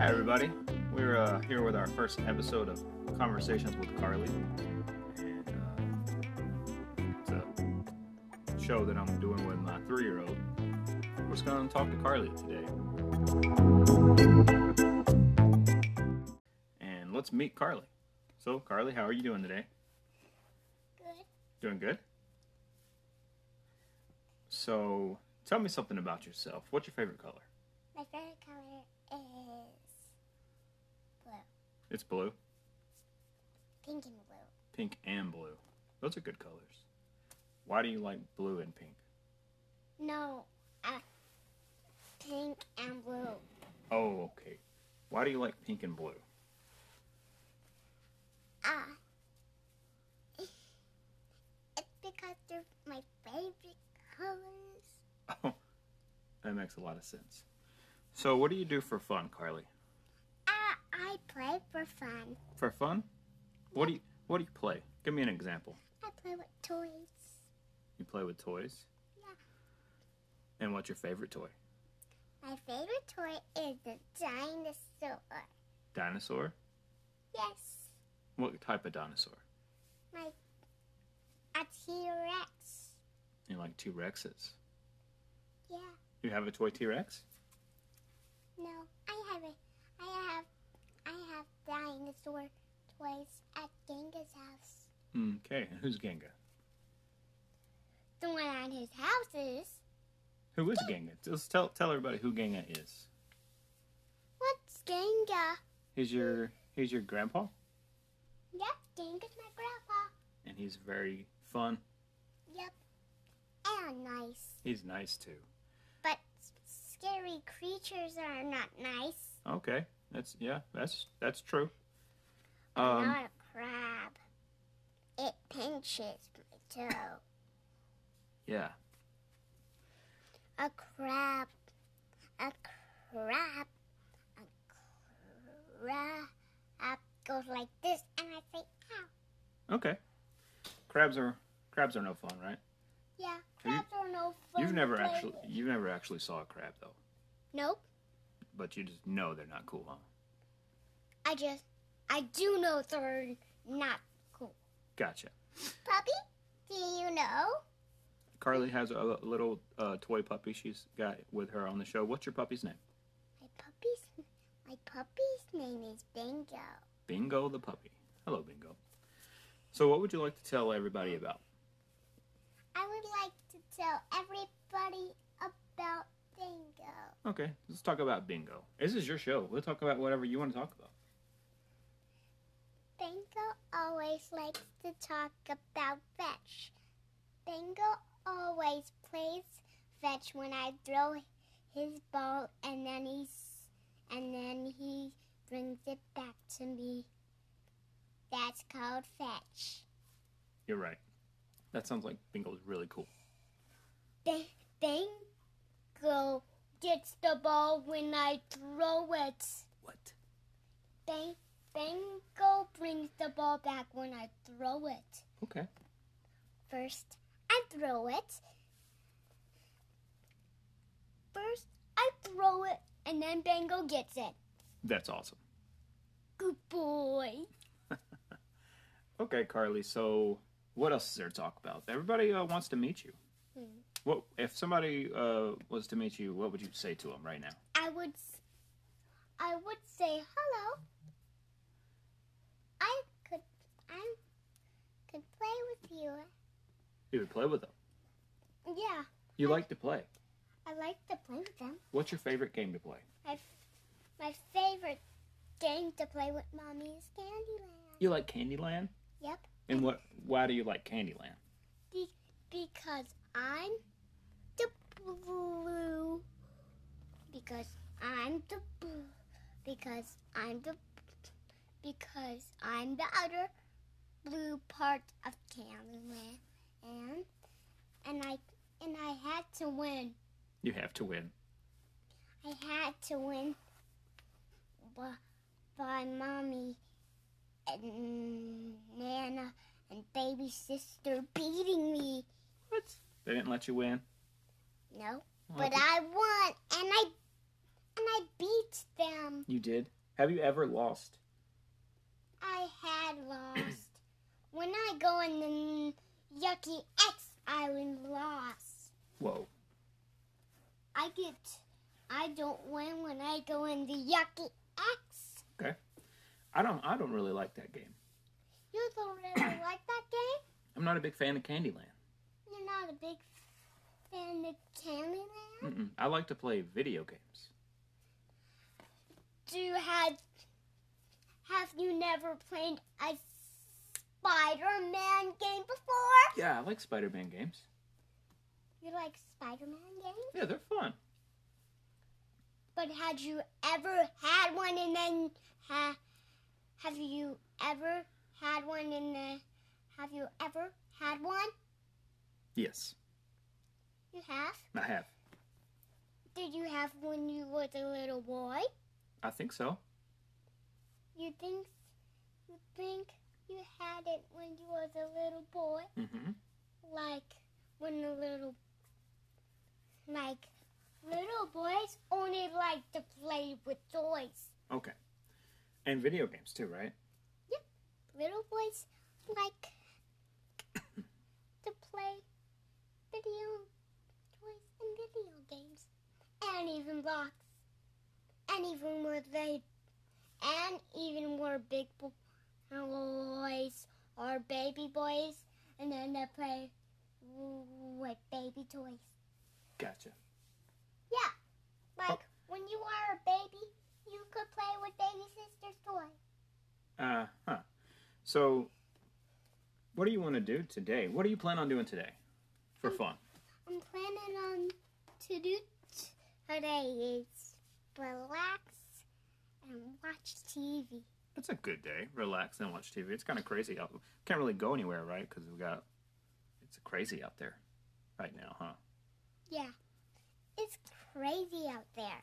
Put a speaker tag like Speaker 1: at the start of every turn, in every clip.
Speaker 1: everybody. We're uh, here with our first episode of Conversations with Carly. And uh, it's a show that I'm doing with my three year old. We're just going to talk to Carly today. And let's meet Carly. So, Carly, how are you doing today?
Speaker 2: Good.
Speaker 1: Doing good? So, tell me something about yourself. What's your favorite color?
Speaker 2: My favorite color is blue.
Speaker 1: It's blue,
Speaker 2: Pink and blue.
Speaker 1: pink, and blue. Those are good colors. Why do you like blue and pink?
Speaker 2: No, uh, pink and blue.
Speaker 1: Oh, okay. Why do you like pink and blue?
Speaker 2: Ah. it's because they're my favorite colors.
Speaker 1: Oh, that makes a lot of sense. So, what do you do for fun, Carly?
Speaker 2: Ah, I play for fun.
Speaker 1: For fun? What do you What do you play? Give me an example.
Speaker 2: I play with toys.
Speaker 1: You play with toys.
Speaker 2: Yeah.
Speaker 1: And what's your favorite toy?
Speaker 2: My favorite toy is the dinosaur.
Speaker 1: Dinosaur.
Speaker 2: Yes,
Speaker 1: What type of dinosaur?
Speaker 2: my a T Rex.
Speaker 1: You like T Rexes.
Speaker 2: Yeah.
Speaker 1: You have a toy T Rex?
Speaker 2: No, I have a, I have, I have dinosaur toys at Genga's house.
Speaker 1: Okay. And who's Genga?
Speaker 2: The one on his house is
Speaker 1: Who is Genga? Just tell Tell everybody who Genga is.
Speaker 2: what's Genga?
Speaker 1: He's your He's your grandpa,
Speaker 2: Yep, Genga's my grandpa.
Speaker 1: and he's very fun.
Speaker 2: Yep, and nice,
Speaker 1: He's nice too.
Speaker 2: but s- scary creatures are not nice.
Speaker 1: Okay, that's yeah, that's that's true.
Speaker 2: I'm
Speaker 1: Um,
Speaker 2: not a crab. It pinches my toe.
Speaker 1: yeah,
Speaker 2: A crab, a crab, a crab goes like this, and I say, "Ow!"
Speaker 1: okay. Crabs are crabs are no fun, right?
Speaker 2: Yeah,
Speaker 1: Have you-
Speaker 2: crabs are no fun.
Speaker 1: you've never
Speaker 2: to play
Speaker 1: actually
Speaker 2: with.
Speaker 1: you've never actually saw a crab though,
Speaker 2: Nope.
Speaker 1: but you just know they're not cool, huh?
Speaker 2: I just, I do know they're not cool.
Speaker 1: Gotcha.
Speaker 2: Puppy, do you know?
Speaker 1: Carly has a little uh, toy puppy she's got with her on the show. What's your puppy's name?
Speaker 2: My puppy's, my puppy's name is Bingo.
Speaker 1: Bingo the puppy. Hello, Bingo. So, what would you like to tell everybody about?
Speaker 2: I would like to tell everybody about Bingo.
Speaker 1: Okay, let's talk about Bingo. This is your show. We'll talk about whatever you want to talk about.
Speaker 2: Bingo always likes to talk about fetch. Bingo always plays fetch when I throw his ball and then he's and then he brings it back to me. That's called fetch.
Speaker 1: You're right. That sounds like Bingo's really cool.
Speaker 2: Bing- Bingo gets the ball when I throw it.
Speaker 1: What?
Speaker 2: Bing- Bingo brings the ball back when I throw it.
Speaker 1: Okay.
Speaker 2: First, I throw it. First, I throw it, and then Bango gets it.
Speaker 1: That's awesome.
Speaker 2: Good boy.
Speaker 1: Okay, Carly. So, what else is there to talk about? Everybody uh, wants to meet you.
Speaker 2: Hmm.
Speaker 1: What if somebody uh, was to meet you? What would you say to them right now?
Speaker 2: I would, s- I would say hello. I could, I could play with you.
Speaker 1: You would play with them.
Speaker 2: Yeah,
Speaker 1: You like to play.
Speaker 2: I like to play with them.
Speaker 1: What's your favorite game to play?
Speaker 2: My, f- my favorite game to play with mommy is Candyland.
Speaker 1: You like Candyland.
Speaker 2: Yep.
Speaker 1: And what? Why do you like Candyland?
Speaker 2: Be- because I'm the blue. Because I'm the blue. Because I'm the. Because I'm the outer blue part of Candyland, and and I and I had to win.
Speaker 1: You have to win.
Speaker 2: I had to win by, by mommy and Nana and baby sister beating me.
Speaker 1: What? They didn't let you win.
Speaker 2: No.
Speaker 1: Well,
Speaker 2: But
Speaker 1: if
Speaker 2: I won, and I and I beat them.
Speaker 1: you did. Have you ever lost?
Speaker 2: I had lost. when I go in the Yucky X Island lost.
Speaker 1: Whoa.
Speaker 2: I get I don't win when I go in the Yucky X.
Speaker 1: I don't I don't really like that game.
Speaker 2: You don't really like that game?
Speaker 1: I'm not a big fan of Candyland.
Speaker 2: You're not a big fan of Candyland?
Speaker 1: Mm-mm. I like to play video games.
Speaker 2: Do you have have you never played a Spider-Man game before?
Speaker 1: Yeah, I like Spider-Man games.
Speaker 2: You like Spider-Man games?
Speaker 1: Yeah, they're fun.
Speaker 2: But had you ever had one and then ha- have you ever had one and then have you ever had one?
Speaker 1: Yes,
Speaker 2: You have?
Speaker 1: I have.
Speaker 2: Did you have when you was a little boy?
Speaker 1: I think so.
Speaker 2: You think you think you had it when you was a little boy?
Speaker 1: Mm-hmm.
Speaker 2: Like when the little like little boys only like to play with toys.
Speaker 1: Okay. And video games too, right?
Speaker 2: Little boys like to play video toys and video games. And even blocks. And even where they and even where big bo- boys or baby boys and then they play with baby toys.
Speaker 1: Gotcha.
Speaker 2: Yeah. Like when you are a baby, you could play with baby sister's toy.
Speaker 1: Uh huh. So, what do you want to do today? What do you plan on doing today, for fun?
Speaker 2: I'm planning on to do t- today is relax and watch TV.
Speaker 1: It's a good day. Relax and watch TV. It's kind of crazy out. Can't really go anywhere, right? Because we got. It's crazy out there, right now, huh?
Speaker 2: Yeah, it's crazy out there.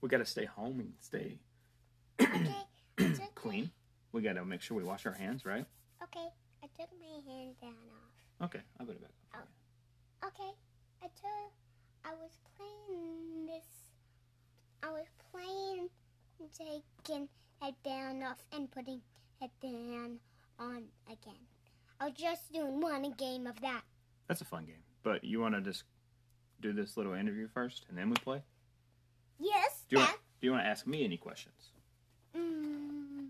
Speaker 1: We got to stay home and stay
Speaker 2: Okay, I took
Speaker 1: clean. We got to make sure we wash our hands, right?
Speaker 2: okay, I took my hand down off.
Speaker 1: Okay, I'll put it back.
Speaker 2: Oh. Okay, I took. I was playing this. I was playing taking it down off and putting it down on again. I was just doing one game of that.
Speaker 1: That's a fun game. But you want to just do this little interview first, and then we play.
Speaker 2: Yes,
Speaker 1: Do you
Speaker 2: that.
Speaker 1: want, do you want to ask me any questions?
Speaker 2: Mm.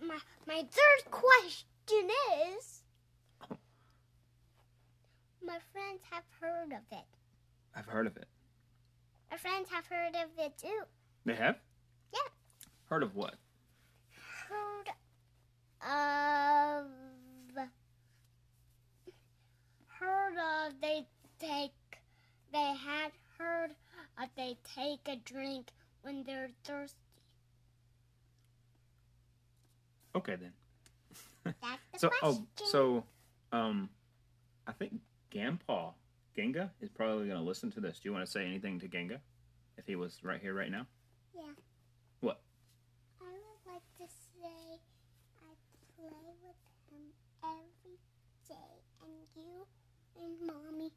Speaker 2: My, my third question is My friends have heard of it.
Speaker 1: I've heard of it.
Speaker 2: My friends have heard of it too.
Speaker 1: They have?
Speaker 2: Yeah.
Speaker 1: Heard of what?
Speaker 2: Heard of. Heard of they take. They had heard of they take a drink when they're thirsty.
Speaker 1: Okay then.
Speaker 2: That's the
Speaker 1: So
Speaker 2: question.
Speaker 1: oh so um I think Ganpaw Genga is probably gonna listen to this. Do you wanna say anything to Genga? If he was right here right now?
Speaker 2: Yeah.
Speaker 1: What?
Speaker 2: I would like to say I play with him every day, and you and mommy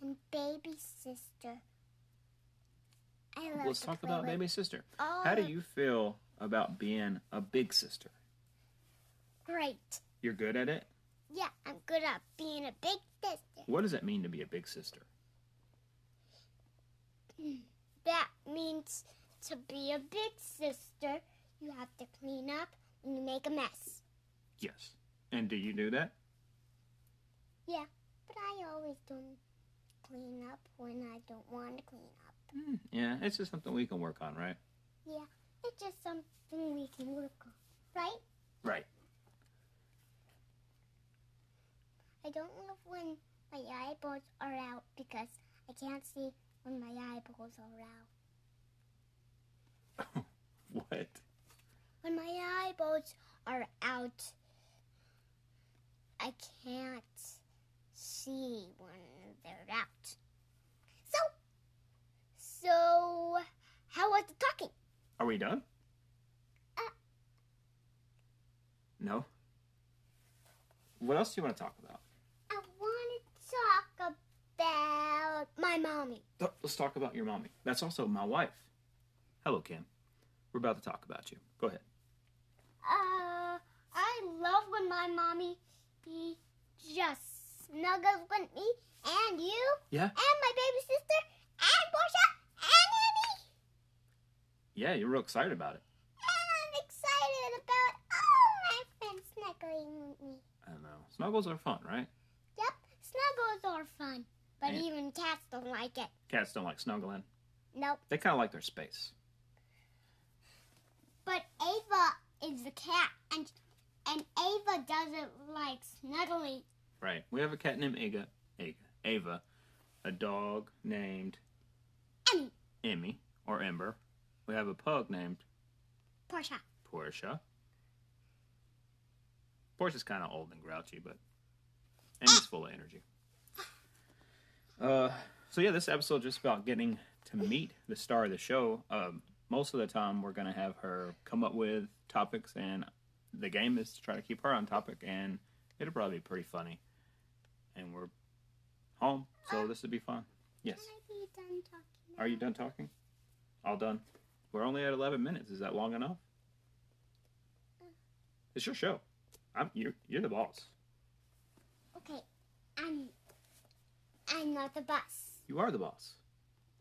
Speaker 2: and baby sister. I love
Speaker 1: Let's
Speaker 2: to
Speaker 1: talk
Speaker 2: play
Speaker 1: about
Speaker 2: with
Speaker 1: baby sister.
Speaker 2: All
Speaker 1: How do
Speaker 2: of-
Speaker 1: you feel about being a big sister?
Speaker 2: Great.
Speaker 1: You're good at it?
Speaker 2: Yeah, I'm good at being a big sister.
Speaker 1: What does it mean to be a big sister?
Speaker 2: That means to be a big sister, you have to clean up when you make a mess.
Speaker 1: Yes. And do you do that?
Speaker 2: Yeah, but I always don't clean up when I don't want to clean up.
Speaker 1: Hmm, yeah, it's just something we can work on, right?
Speaker 2: Yeah, it's just something we can work on, right?
Speaker 1: Right.
Speaker 2: I don't love when my eyeballs are out because I can't see when my eyeballs are out.
Speaker 1: What?
Speaker 2: When my eyeballs are out, I can't see when they're out. So, so how was the talking?
Speaker 1: Are we done?
Speaker 2: Uh.
Speaker 1: no. What else do you want to talk about?
Speaker 2: I want to talk about my mommy.
Speaker 1: Th- Let's talk about your mommy. That's also my wife. Hello, Cam. We're about to talk about you. Go ahead.
Speaker 2: Uh, I love when my mommy be just snuggles with me and you
Speaker 1: Yeah?
Speaker 2: and my baby sister and Portia and Annie.
Speaker 1: Yeah, you're real excited about it.
Speaker 2: And I'm excited about all my friends snuggling with me.
Speaker 1: I don't know. Snuggles are fun, right?
Speaker 2: Yep, snuggles are fun, but
Speaker 1: Yeah.
Speaker 2: even cats don't like it.
Speaker 1: Cats don't like snuggling.
Speaker 2: Nope.
Speaker 1: They kind of like their space.
Speaker 2: But Ava is the cat, and and Ava doesn't like snuggling.
Speaker 1: Right. We have a cat named Aga, Aga, Ava, a dog named
Speaker 2: Emmy.
Speaker 1: Emmy or Ember. We have a pug named
Speaker 2: Portia.
Speaker 1: Portia. Portia's kind of old and grouchy, but Amy's full of energy. Uh, so yeah, this episode just about getting to meet the star of the show. Um, most of the time, we're gonna have her come up with topics, and the game is to try to keep her on topic, and it'll probably be pretty funny. And we're home, so this would be fun. Yes.
Speaker 2: Can I be done talking?
Speaker 1: Are you done talking? All done. We're only at eleven minutes. Is that long enough? It's your show. I'm you're you're the boss.
Speaker 2: Okay, I'm. I'm not the bus.
Speaker 1: You are the boss.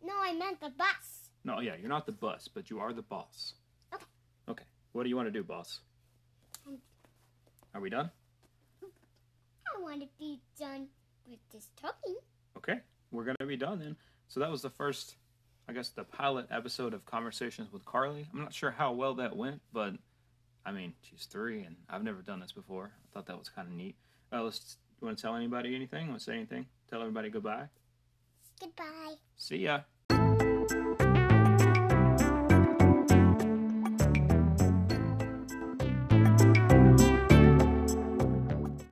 Speaker 2: No, I meant the bus.
Speaker 1: No, yeah, you're not the bus, but you are the boss.
Speaker 2: Okay.
Speaker 1: Okay. What do you want to do, boss?
Speaker 2: Um,
Speaker 1: Are we done?
Speaker 2: I want to be done with this talking.
Speaker 1: Okay. We're gonna be done then. So that was the first I guess the pilot episode of Conversations with Carly. I'm not sure how well that went, but I mean, she's three and I've never done this before. I thought that was kinda neat. Uh, let's you wanna tell anybody anything? Wanna say anything? Tell everybody goodbye?
Speaker 2: Goodbye.
Speaker 1: See ya.